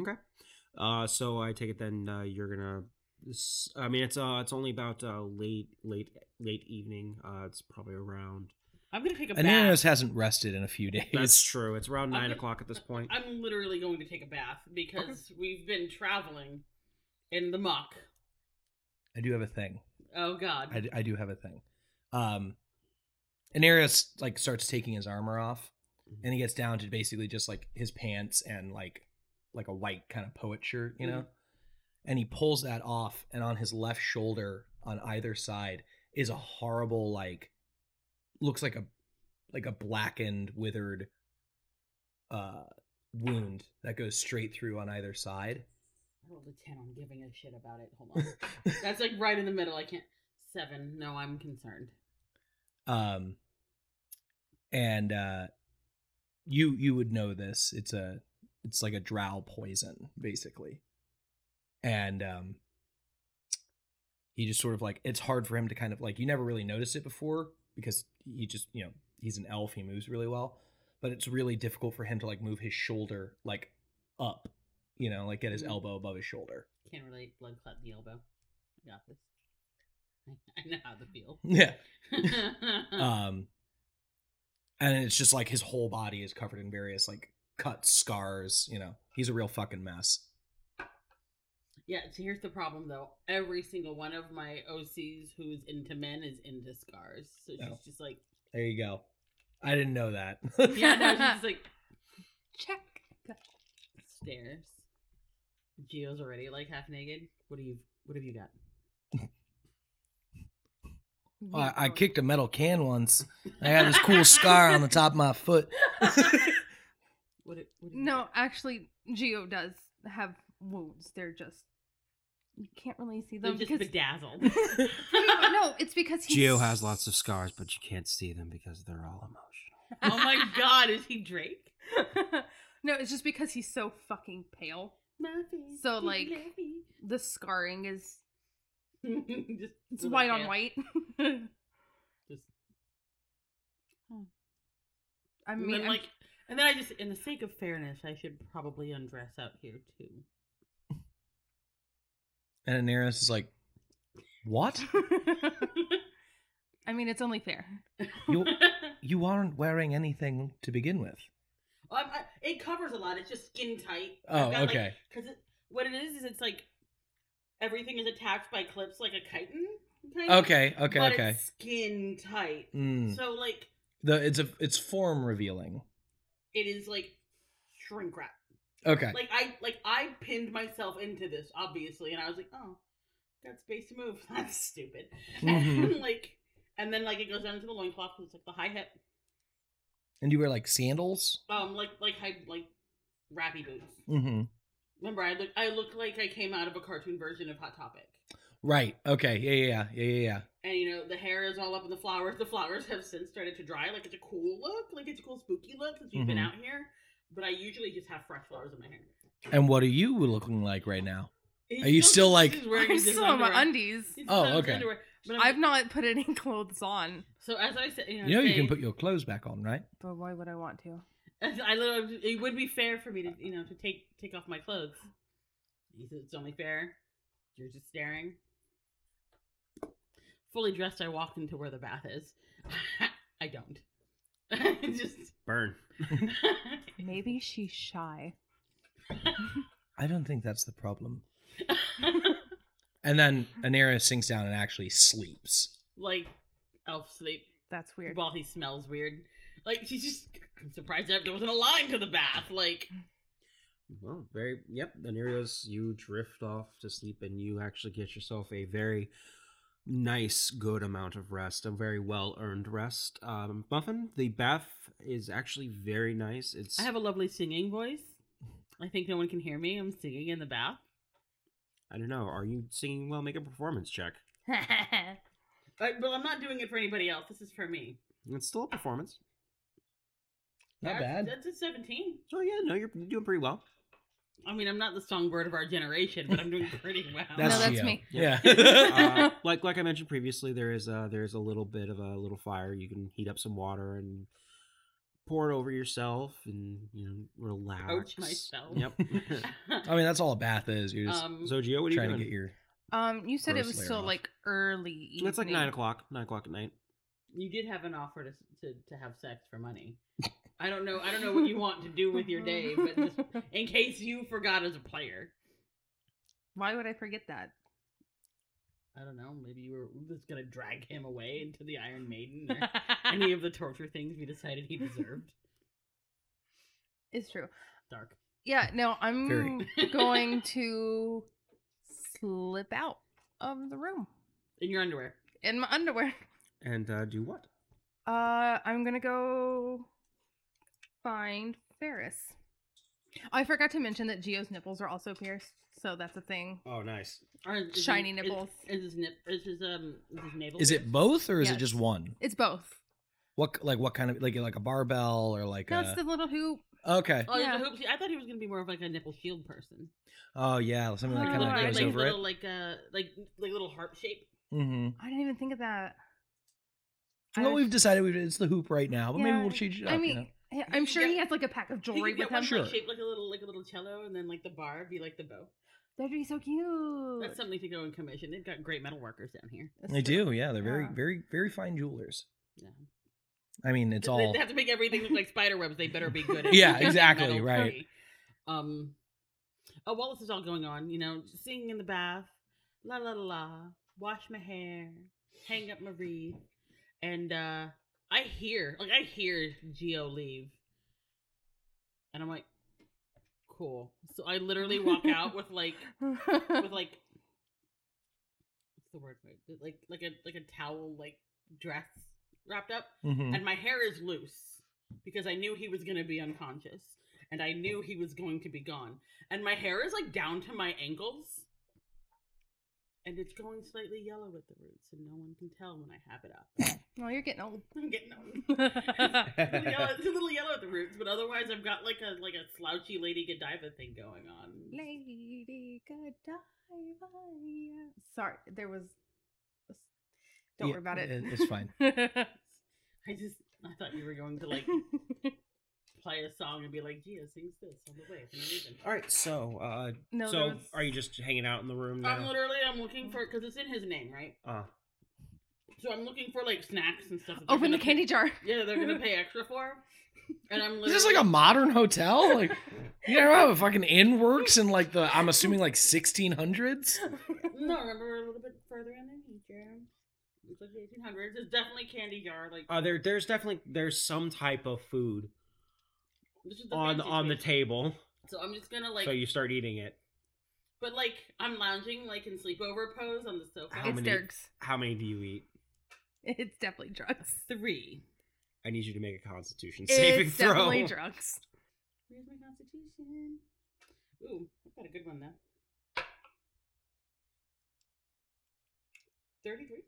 S4: Okay. Uh, so I take it then uh, you're gonna. s- I mean, it's uh, it's only about uh, late, late, late evening. Uh, it's probably around.
S3: I'm gonna take a
S2: Anarius
S3: bath.
S2: hasn't rested in a few days.
S4: That's true. It's around
S3: I'm
S4: nine
S3: gonna-
S4: o'clock at this point.
S3: I'm literally going to take a bath because we've been traveling in the muck.
S2: I do have a thing.
S3: Oh God.
S2: I, d- I do have a thing. Um, Anarius like starts taking his armor off, and he gets down to basically just like his pants and like like a white kind of poet shirt, you know. And he pulls that off, and on his left shoulder, on either side, is a horrible like, looks like a like a blackened, withered uh wound that goes straight through on either side.
S3: I rolled a ten on giving a shit about it. Hold on. That's like right in the middle. I can't. Seven. No, I'm concerned.
S2: um and uh you you would know this it's a it's like a drow poison basically and um he just sort of like it's hard for him to kind of like you never really noticed it before because he just you know he's an elf he moves really well but it's really difficult for him to like move his shoulder like up you know like get his
S3: Mhm.
S2: elbow above his shoulder
S3: Can't relate. Blood clot in the elbow. I got this. I, I know how to feel.
S2: yeah
S3: Mm.
S2: um and it's just like his whole body is covered in various like cuts scars you know he's a real fucking mess
S3: yeah. So here's the problem, though. Every single one of my OCs who's into men is into scars. So she's
S2: Oh.
S3: just like,
S2: there you go i didn't know that
S3: yeah. No, she's just like
S6: Check.
S3: stairs. Geo's already like half naked. What do you? What have you got?
S2: Oh, I, I kicked a metal can once i had this cool scar on the top of my foot
S3: What? it- what have you
S6: No,
S3: got?
S6: actually, Geo does have wounds. They're just you can't really see
S3: They're
S6: them
S3: just
S6: because
S3: bedazzled.
S6: no, it's because he's
S1: Geo has lots of scars, but you can't see them because they're all emotional.
S3: oh my god, is he Drake?
S6: no, it's just because he's so fucking pale. So, like- The scarring is
S3: just
S6: it's
S3: with a
S6: white on
S3: tail.
S6: white.
S3: Just-
S6: I
S3: And
S6: mean,
S3: then,
S6: I'm-
S3: like, and then I just, in the sake of fairness, I should probably undress out here too.
S2: and Anaris is like what
S6: I mean, it's only fair.
S2: You- you aren't wearing anything to begin with
S3: Oh, I'm- I- it covers a lot. It's just skin tight.
S2: oh
S3: I've got, like-
S2: okay
S3: Cause it, what it is is it's like everything is attached by clips like a chitin. kind of,
S2: okay okay
S3: but
S2: okay
S3: It's skin tight.
S2: mm.
S3: So like
S2: the it's a it's form revealing
S3: it is like shrink wrap.
S2: okay
S3: Like I like I pinned myself into this obviously, and I was like, oh, got space to move. That's stupid.
S2: Mhm.
S3: And, like and then like it goes down into the loincloth. 'cause It's like the high hip,
S2: and you wear like sandals
S3: um, like like high like rappy boots.
S2: mm-hmm
S3: Remember, I look I look like I came out of a cartoon version of Hot Topic.
S2: Right. Okay. Yeah. Yeah. Yeah. Yeah. Yeah.
S3: And you know the hair is all up in the flowers. The flowers have since started to dry. Like it's a cool look. Like it's a cool spooky look since we've been
S2: Mhm.
S3: out here. But I usually just have fresh flowers in my hair.
S2: yeah. And what are you looking like right now? Are you still, like-
S3: He's wearing
S6: I'm
S3: his
S6: still in my
S3: underwear.
S6: undies.
S3: He's
S2: Oh,
S3: still in his
S2: okay.
S3: underwear. But I'm
S6: I've not put any clothes on.
S3: So as I said, you know,
S2: You know you can
S3: say-
S2: put your clothes back on, right?
S6: But why would I want to?
S3: as I literally, it would be fair for me to, you know, to take take off my clothes. He said, It's only fair. You're just staring. Fully dressed, I walk into where the bath is. I don't. just
S4: Burn.
S6: Maybe she's shy.
S2: I don't think that's the problem. And then Anera sinks down and actually sleeps.
S3: like elf sleep
S6: That's weird.
S3: while he smells weird. Like she's just I'm surprised that there wasn't a line to the bath. Like
S4: Well, very yep. Anarios, you drift off to sleep, and you actually get yourself a very nice, good amount of rest, a very well earned rest. Um, Muffin, the bath is actually very nice. It's
S3: I have a lovely singing voice. I think no one can hear me. I'm singing in the bath.
S4: I don't know. Are you singing well? Make a performance check.
S3: I, well, I'm not doing it for anybody else. This is for me.
S4: It's still a performance.
S2: Not
S3: That's-
S2: bad.
S3: That's a 17.
S4: Oh yeah, no, you're, you're doing pretty well.
S3: I mean, I'm not the songbird of our generation, but I'm doing pretty well.
S6: That's- No,
S2: Gio.
S6: me.
S2: Yeah.
S4: Uh, like like I mentioned previously, there is a, there is a little bit of a little fire. You can heat up some water and pour it over yourself, and you know relax.
S3: Ouch myself.
S4: Yep.
S2: I mean, that's all a bath is. You're just
S3: um,
S4: so Gio, what are you
S2: trying
S4: doing?
S2: to get your.
S6: Um, you said it
S2: Gross
S6: was
S2: layer
S6: still
S2: off.
S6: like early evening.
S4: it's like nine o'clock. Nine o'clock at night.
S3: you did have an offer to, to, to have sex for money. I don't know. I don't know what you want to do with your day, but just in case you forgot as a player,
S6: Why would I forget that?
S3: I don't know. Maybe you were just gonna drag him away into the Iron Maiden or any of the torture things we decided he deserved.
S6: It's true.
S3: Dark.
S6: Yeah, no, I'm
S2: Very.
S6: going to slip out of the room
S3: In your underwear.
S6: in my underwear.
S4: And uh, do what?
S6: Uh, I'm gonna go find Ferris. I forgot to mention that Geo's nipples are also pierced, so that's a thing.
S4: Oh, nice.
S3: Or is his-
S6: Shiny
S3: is-
S6: nipples.
S3: Is, his nip? Is his um? Is his navel?
S2: Is it both or is it
S6: Yes.
S2: just one?
S6: It's both.
S2: What like what kind of like like a barbell or like
S6: No,
S2: a
S6: it's the little hoop.
S2: okay?
S3: Oh, yeah.
S6: Yeah.
S3: Hoops. I thought he was gonna be more of like a nipple shield person.
S2: Oh yeah, something that
S6: Oh,
S2: kind of
S3: Little,
S6: right,
S2: goes
S3: like,
S2: over it.
S3: little, like uh, like like little harp shape.
S2: Mm-hmm.
S6: I didn't even think of that. I
S2: Well,
S6: was-
S2: we've decided we it's the hoop right now, but maybe
S6: Yeah.
S2: we'll change it up.
S6: I
S2: you
S6: mean,
S2: know?
S6: yeah, I'm
S3: could
S6: sure he
S3: get-
S6: has like a pack of
S3: He
S6: jewelry
S3: could get
S6: with
S3: one
S6: him.
S3: like,
S2: Sure.
S3: shaped like a little like a little cello, and then like the bar would be like the bow.
S6: That'd be so cute.
S3: That's something to go in commission. They've got great metal workers down here.
S6: That's
S2: they
S6: true.
S2: do. Yeah, they're very
S6: Yeah.
S2: very very fine jewelers.
S3: Yeah.
S2: I mean, it's
S3: They-
S2: all
S3: They have to make everything look like spider webs. They better be good. At
S2: Yeah,
S3: making
S2: exactly,
S3: metal
S2: right.
S3: pretty. Um. Oh, while this is all going on, you know, singing in the bath, la la la la, wash my hair, hang up my wreath, and uh I hear, like, I hear Geo leave, and I'm like, cool. So I literally walk out with like with like what's the word for it? Like like a like a towel like dress wrapped up,
S4: Mm-hmm.
S2: Mhm.
S3: and my hair is loose because I knew he was gonna be unconscious and I knew he was going to be gone, and my hair is like down to my ankles, and it's going slightly yellow at the roots, and no one can tell when I have it up.
S6: Well, you're getting old.
S3: I'm getting old. It's a little yellow- it's a little yellow at the roots, but otherwise I've got like a like a slouchy Lady Godiva thing going on.
S6: Lady Godiva. yeah. Sorry, there was. Don't
S2: Yeah,
S6: worry about it.
S2: it- it's fine.
S3: I just I thought you were going to like play a song and be like, Gia sings this on the way for no reason.
S4: All right. So, uh,
S6: no,
S4: so
S6: there was-
S4: are you just hanging out in the room
S3: I'm
S4: now?
S3: literally I'm looking for because it's in his name, right?
S4: uh,
S3: So I'm looking for like snacks and stuff. that they're
S6: Open Oh, the
S3: gonna
S6: candy
S3: pay-
S6: jar.
S3: Yeah, they're gonna pay extra for. And I'm literally
S2: Is this like a modern hotel? Like you know how a fucking inn works in like the I'm assuming like 1600s.
S3: no. Remember we're a little bit further in the future. It's like the 1800s. It's definitely candy jar. Like
S4: uh, there, there's definitely there's some type of food
S3: this is
S4: on
S3: fancy
S4: on the
S3: place.
S4: table,
S3: So I'm just gonna like,
S4: so you start eating it.
S3: but like I'm lounging like in sleepover pose on the sofa.
S4: How
S6: It's
S4: many-
S6: Dirk's.
S4: How many do you eat?
S6: It's definitely drugs.
S3: Three.
S4: I need you to make a Constitution saving
S6: it's
S4: throw.
S6: definitely drugs.
S3: Where's my constitution? Ooh, I've got a good one though. Thirty-three.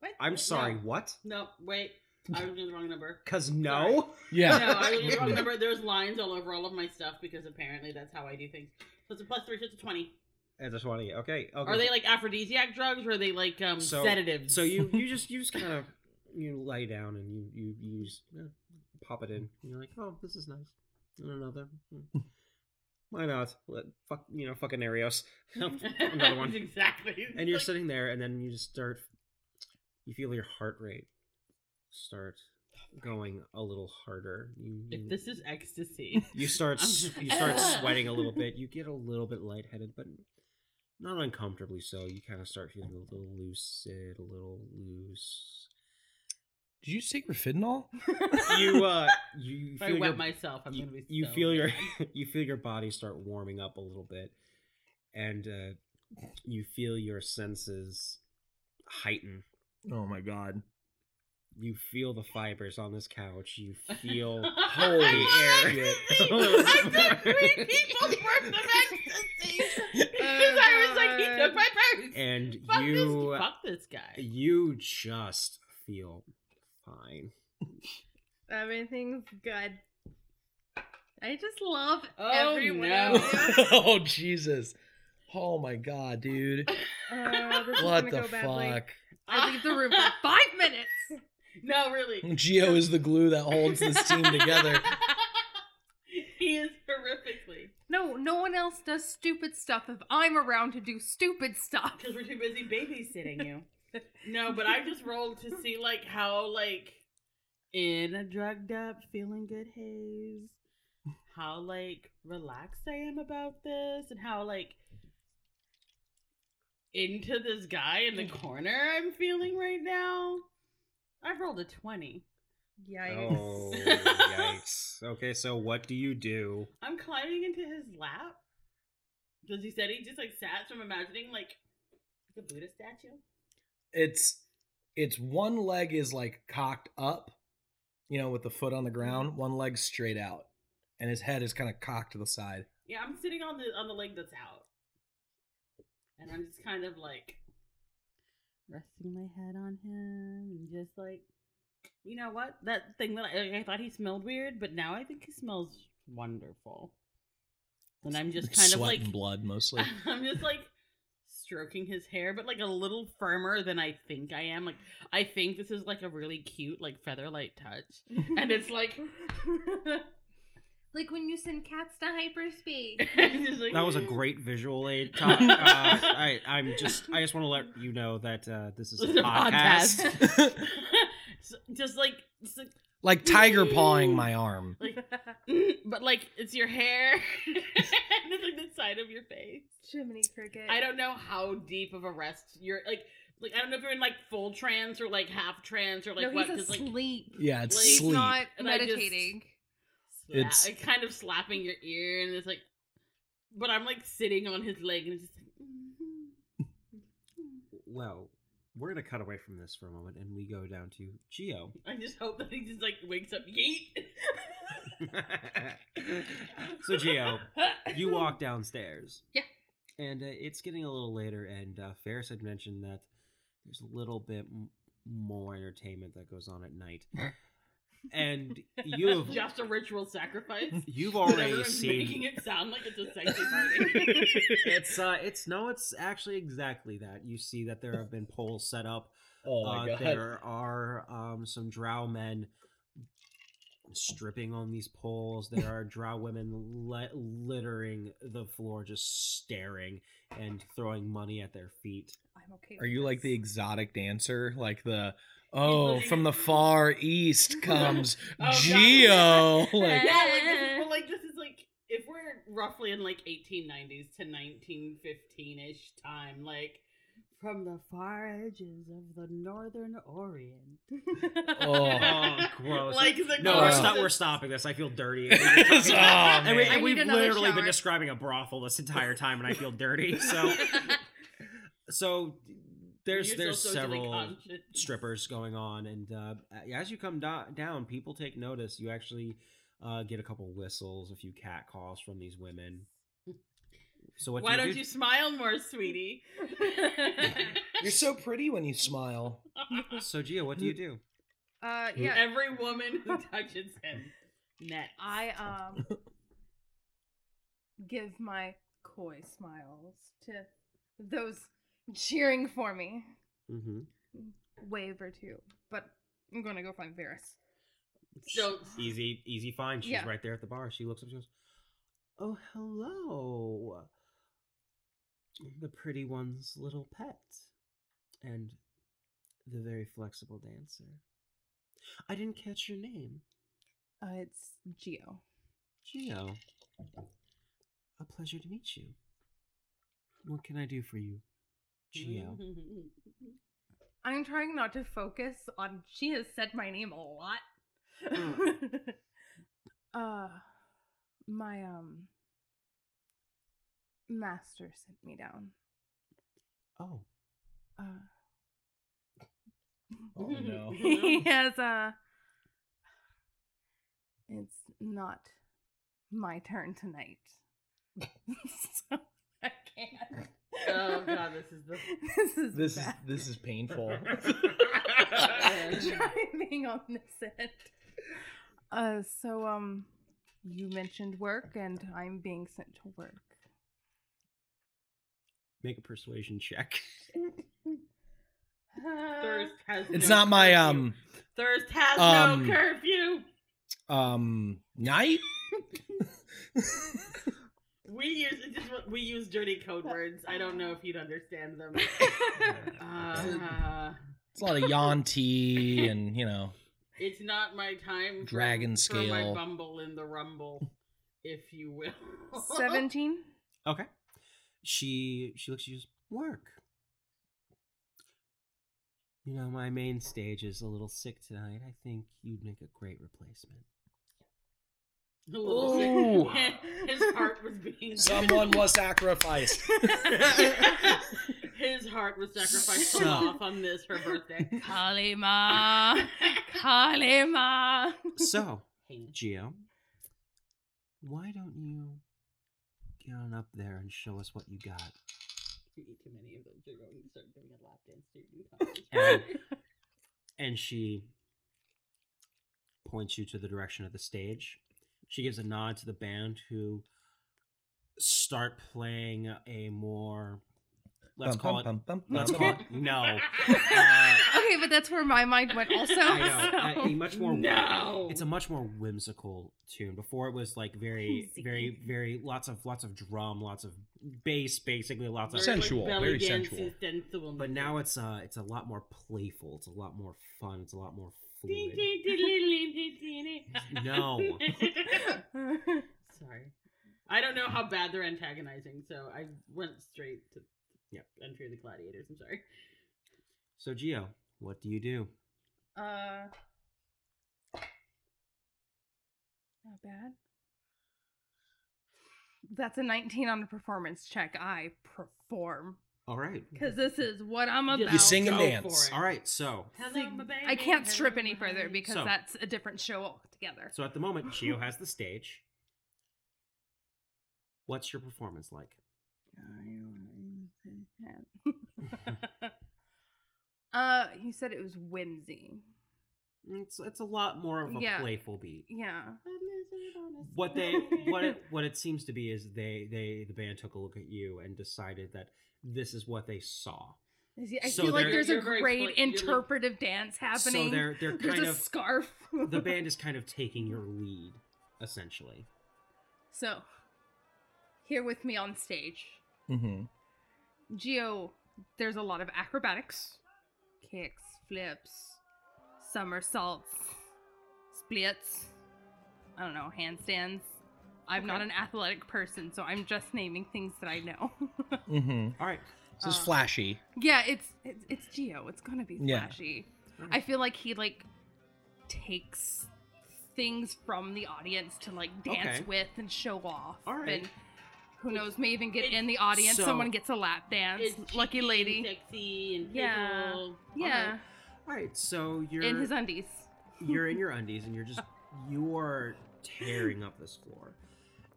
S3: What?
S4: I'm sorry.
S3: No,
S4: What?
S3: No, wait. I was doing the wrong number.
S4: Cause no.
S3: No,
S2: Yeah.
S3: I was doing the wrong number. There's lines all over all of my stuff because apparently that's how I do things. So it's a plus three, so it's a twenty.
S4: It's a twenty. Okay. Okay.
S3: Are they like aphrodisiac drugs or are they like um
S4: So-
S3: sedatives?
S4: So you you just you just kind of you lay down and you you you just eh, pop it in. And you're like, oh, this is nice. I don't know that. hmm. Why not? Let, fuck you know, fucking Arios. Another one.
S3: exactly.
S4: And you're
S3: Like,
S4: sitting there, and then you just start. You feel your heart rate start going a little harder. You
S3: If
S4: you-
S3: this is ecstasy.
S4: you start s-
S3: I'm-
S4: you start sweating a little bit. You get a little bit lightheaded, but not uncomfortably so. You kind of start feeling a little lucid, a little loose.
S2: Did you just take Refidinol?
S4: You uh, you, you
S3: If I wet
S4: feel your
S3: myself, I'm
S4: you,
S3: gonna be.
S4: you
S3: so
S4: feel your
S3: mad.
S4: you feel your body start warming up a little bit, and uh, you feel your senses heighten.
S2: Oh my god.
S4: You feel the fibers on this couch. You feel
S3: Holy
S4: air.
S3: I took three people's worth of ecstasy because I was like, he took my purse.
S4: Oh, and
S3: Fuck
S4: you
S3: this, fuck this guy.
S4: you just feel fine.
S6: Everything's good. I just love
S3: Oh,
S6: everyone.
S3: no.
S6: else.
S2: oh Jesus! Oh my God, dude!
S6: Uh, this is
S2: What
S6: gonna
S2: the
S6: go
S2: fuck?
S6: badly. I leave the room for five minutes.
S3: no, really.
S2: Geo is the glue that holds this team together.
S3: he is horrifically
S6: No, no one else does stupid stuff if I'm around to do stupid stuff.
S3: because we're too busy babysitting you. no, but I just rolled to see like how like in a drugged up, feeling good haze, how like relaxed I am about this, and how like into this guy in the corner I'm feeling right now. I've rolled a twenty.
S6: Yikes.
S4: Oh, yikes. Okay, so what do you do?
S3: I'm climbing into his lap. Because he said he just like sat, so I'm imagining like like a Buddha statue.
S2: It's it's one leg is like cocked up, you know, with the foot on the ground. One leg straight out, and his head is kind of cocked to the side.
S3: Yeah, I'm sitting on the on the leg that's out. And I'm just kind of like resting my head on him and just like you know what? That thing that I, I thought he smelled weird, but now I think he smells wonderful. And I'm just kind of
S2: Sweat
S3: like
S2: and blood mostly.
S3: I'm just like stroking his hair, but like a little firmer than I think I am. Like I think this is like a really cute like featherlight touch, and it's like,
S5: Like when you send cats to hyperspace.
S3: Just like-
S4: That was a great visual aid. Todd. Uh, I, I'm just, I just want to let you know that uh, this is a
S3: This is a
S4: podcast.
S3: So- just like, just like,
S2: like tiger pawing my arm.
S3: like, mm, but like it's your hair, and it's like the side of your face.
S6: Jiminy Cricket.
S3: I don't know how deep of a rest you're like. Like I don't know if you're in like full trance or like half trance or like
S6: no,
S3: what.
S6: he's
S3: 'cause, like,
S6: asleep.
S2: Yeah, it's
S3: Like,
S6: he's
S2: sleep.
S6: not
S3: And I just-
S6: meditating.
S3: sla-
S2: It's-
S3: like, kind of slapping your ear and it's like but I'm like sitting on his leg and it's just like "Mhm."
S4: Well, we're gonna cut away from this for a moment, and we go down to Geo.
S3: I just hope that he just like wakes up yeet.
S4: so Geo, you walk downstairs.
S3: Yeah.
S4: And uh, it's getting a little later, and uh, Ferris had mentioned that there's a little bit m- more entertainment that goes on at night, and you've
S3: just a ritual sacrifice.
S4: you've
S3: But
S4: already
S3: everyone's making
S4: seen.
S3: it sound like it's a sexy party.
S4: it's uh, it's no, it's actually exactly that. You see that there have been poles set up
S2: Oh
S4: uh, there are um, some drow men stripping on these poles. There are drow women li- littering the floor, just staring and throwing money at their feet.
S6: I'm okay.
S2: Are
S6: with
S2: you like the
S6: this.
S2: exotic dancer? Like the oh,
S3: looking
S2: from the far east comes
S3: Oh, God.
S2: Geo. like,
S3: yeah, like this, is, but, like this is like if we're roughly in like 1890s to 1915ish time, like from the far edges of the northern Orient.
S4: Oh, gross.
S3: Like the
S4: No,
S2: Oh.
S4: we're,
S3: grossest-
S4: stop, we're stopping this. I feel dirty.
S2: It's- oh,
S4: and, we,
S2: man.
S4: and
S6: I
S4: we've
S6: need another
S4: literally been
S6: shower.
S4: describing a brothel this entire time, and I feel dirty. So, so there's
S3: You're so
S4: there's
S3: socially
S4: several.
S3: conscious.
S4: strippers going on and uh, as you come do- down people take notice you actually uh, get a couple whistles a few cat calls from these women so what
S3: Why
S4: do
S3: don't
S4: you
S3: you smile more, sweetie?
S2: You're so pretty when you smile.
S4: do? so Gia, what do
S3: hmm.
S4: you do
S6: Uh, yeah.
S3: Every woman who touches him. Net.
S6: I um give my coy smiles to those cheering for me.
S4: mm-hmm.
S6: Wave or two, but I'm gonna go find Varys.
S3: So-
S4: easy easy find she's
S6: Yeah.
S4: right there at the bar she looks up she goes oh hello the pretty one's little pet and the very flexible dancer i didn't catch your name
S6: Uh, it's Geo.
S4: Geo, a pleasure to meet you. What can I do for you,
S2: Mm.
S4: Geo?
S6: I'm trying not to focus on. She has said my name a lot. uh, my um master sent me down.
S4: Oh,
S6: Uh,
S2: Oh no.
S6: he has a. It's not my turn tonight. so I can't.
S3: Oh, God, this is the-
S6: This is
S2: This is
S6: bad.
S2: this is painful.
S6: driving on this end. Uh, so um, you mentioned work, and I'm being sent to work.
S4: Make a persuasion check.
S3: Thirst has
S2: It's
S3: no
S2: not my
S3: curfew.
S2: um
S3: Thirst has
S2: um,
S3: no curfew.
S2: um night.
S3: We use it just, what- we use dirty code words. I don't know if you'd understand them. Uh,
S2: It's a lot of yawn tea and you know
S3: it's not my time. for-
S2: Dragon
S3: For my
S2: scale.
S3: bumble in the rumble, if you will.
S6: Seventeen.
S4: Okay. She she looks at you just work. You know, my main stage is a little sick tonight. I think you'd make a great replacement.
S3: The little sick-
S2: Ooh.
S3: His heart was being.
S2: someone was sacrificed.
S3: His heart was sacrificed to
S4: So-
S3: off on this her birthday.
S6: Kalima, Kalima.
S4: So, Geo, why don't you get on up there and show us what you got?
S3: You eat too many of them, you're going to start doing a lap dance to your new
S4: And,
S3: college.
S4: and she points you to the direction of the stage. She gives a nod to the band who start playing a more let's
S2: Bum,
S4: call
S2: bum,
S4: it
S2: bum, bum,
S4: let's
S2: bum,
S4: call
S2: bum.
S4: it no. Uh,
S6: Okay, but that's where my mind went. Also,
S4: I know. uh, A, a much more
S3: No.
S4: It's a much more whimsical tune. Before it was like very, very, very lots of lots of drum, lots of bass, basically lots of.
S3: Very,
S7: Sensual,
S3: belly
S7: very
S3: dances,
S7: sensual.
S3: sensual
S4: But now
S3: music.
S4: it's uh, it's a lot more playful. It's a lot more fun. It's a lot more
S3: Ding,
S4: fluid.
S3: ding, ding, ding, ding, ding, ding.
S4: No. e-
S3: Sorry. I don't know how bad they're antagonizing, so I went straight to
S4: Yep.
S3: Entry of the Gladiators. I'm sorry.
S4: So Geo, what do you do?
S6: Uh, not bad. That's a 19 on the performance check. I perform
S4: All right.
S6: because this is what I'm
S3: You
S6: about.
S2: sing and
S3: Go
S2: dance.
S3: for it.
S4: All right. So
S3: Hello, my baby.
S6: I can't
S3: Hello,
S6: strip any
S3: my
S6: further
S3: honey.
S6: because
S4: So-
S6: that's a different show altogether.
S4: so at the moment, Geo has the stage. What's your performance like?
S6: uh, you said it was whimsy.
S4: It's it's a lot more of a
S6: Yeah.
S4: playful beat.
S6: Yeah.
S3: A lizard on a
S4: what they
S3: stick.
S4: what it, what it seems to be is they they the band took a look at you and decided that this is what they saw.
S6: I see- I
S4: So
S6: feel like
S4: there-
S6: there's a
S3: You're very
S6: great
S3: fl- you're like-
S6: interpretive dance happening.
S4: So they're they're
S6: there's
S4: kind
S6: a
S4: of
S6: scarf.
S4: the band is kind of taking your lead essentially.
S6: So, here with me on stage,
S2: Mm-hmm.
S6: Geo, there's a lot of acrobatics, kicks, flips, somersaults, splits. I don't know, handstands. I'm not an athletic person, so I'm just naming things that I know.
S2: Mm-hmm.
S4: All right.
S2: This is
S6: Uh,
S2: flashy.
S6: yeah, it's it's, it's Geo. It's gonna be
S2: Yeah.
S6: flashy.
S4: Mm.
S6: I feel like he like takes things from the audience to like dance
S4: Okay.
S6: with and show off.
S4: All right.
S6: And who knows, may even get
S3: It-
S6: in the audience.
S4: so-
S6: Someone gets a lap dance.
S3: It's cheeky
S6: Lucky
S3: and
S6: lady.
S3: Sexy and
S6: Yeah.
S3: piggled.
S6: Yeah.
S4: All right. So you're
S6: In his undies.
S4: you're in your undies and you're just you're tearing up this floor.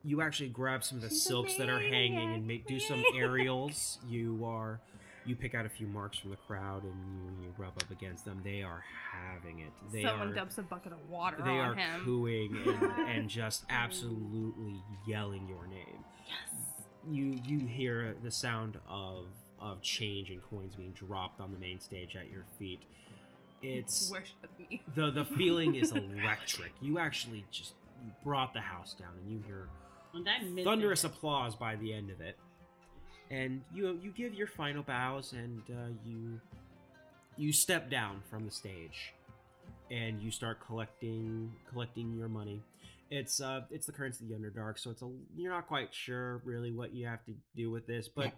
S4: You actually grab some of the
S6: She's a
S4: silks that are hanging and make do some
S6: maniac.
S4: aerials. You are you pick out a few marks from the crowd and you, you rub up against them. They are having it. They
S6: Someone
S4: are
S6: dumps a bucket of water
S4: they
S6: on
S4: are
S6: him.
S4: cooing
S3: Yeah.
S4: and, and just absolutely yelling your name. You you hear the sound of of change and coins being dropped on the main stage at your feet. It's
S6: Worship me.
S4: the the feeling is electric. You actually just you brought the house down, and you hear
S3: And that missed
S4: thunderous
S3: it.
S4: applause by the end of it. And you you give your final bows, and uh, you you step down from the stage, and you start collecting collecting your money. It's uh it's the currency of the Underdark, so it's a you're not quite sure really what you have to do with this, but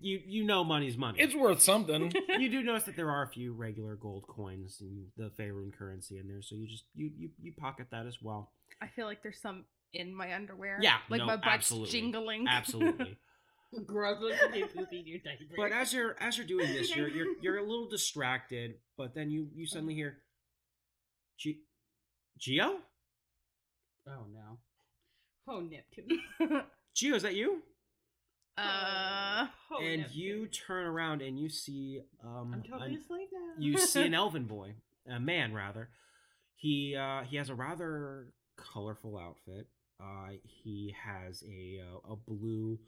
S4: you you know money's money
S7: It's worth something.
S4: you do notice that there are a few regular gold coins and the Faerun currency in there, so you just you you, you pocket that as well.
S6: I feel like there's some in my underwear.
S4: Yeah,
S6: Like
S4: no,
S6: my butt's
S4: absolutely.
S6: jingling.
S4: Absolutely.
S3: Grog looks at me poopy in your diaper.
S4: But as you're as you're doing this, you're you're you're a little distracted. But then you you suddenly hear, G, Geo,
S3: oh no, oh Neptune.
S4: Geo, is that you?
S5: Uh,
S3: Oh,
S4: and
S3: Neptune.
S4: you turn around and you see um
S3: I'm totally
S4: an-
S3: asleep now.
S4: you see an elven boy, a man rather. He uh, he has a rather colorful outfit. Uh, he has a uh, a blue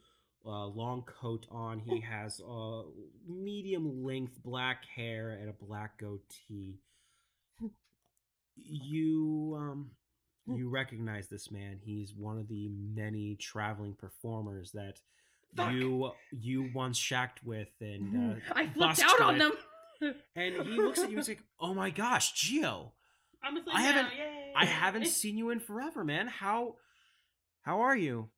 S4: uh, long coat on. He has uh, medium length black hair and a black goatee. You um you recognize this man. He's one of the many traveling performers that
S5: Fuck.
S4: you you once shacked with
S6: Mm-hmm.
S4: and uh,
S5: I flipped
S4: bust
S5: out on
S4: with.
S5: them.
S4: and he looks at you and he's like, "Oh my gosh, Geo,
S3: I'm asleep
S4: I
S3: now.
S4: haven't-
S3: Yay.
S4: I haven't seen you in forever, man. How, how are you?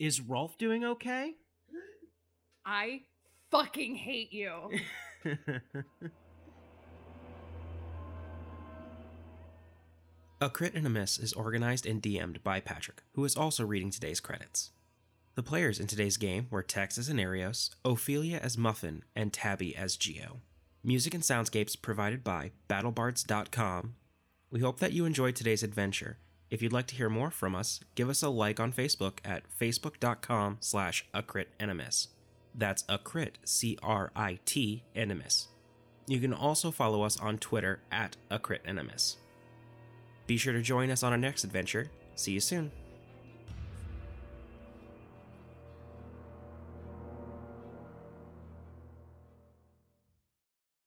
S4: Is Rolf doing okay?"
S6: I fucking hate you.
S1: A Crit and a Miss is organized and DM'd by Patrick, who is also reading today's credits. The players in today's game were Tex as Anarios, Ophelia as Muffin, and Tabby as Geo. Music and soundscapes provided by battlebards.com. We hope that you enjoyed today's adventure. If you'd like to hear more from us, give us a like on Facebook at facebook.com slash a crit and a miss. That's a crit, C-R-I-T, and a miss. You can also follow us on Twitter at a crit and a miss. Be sure to join us on our next adventure. See you soon.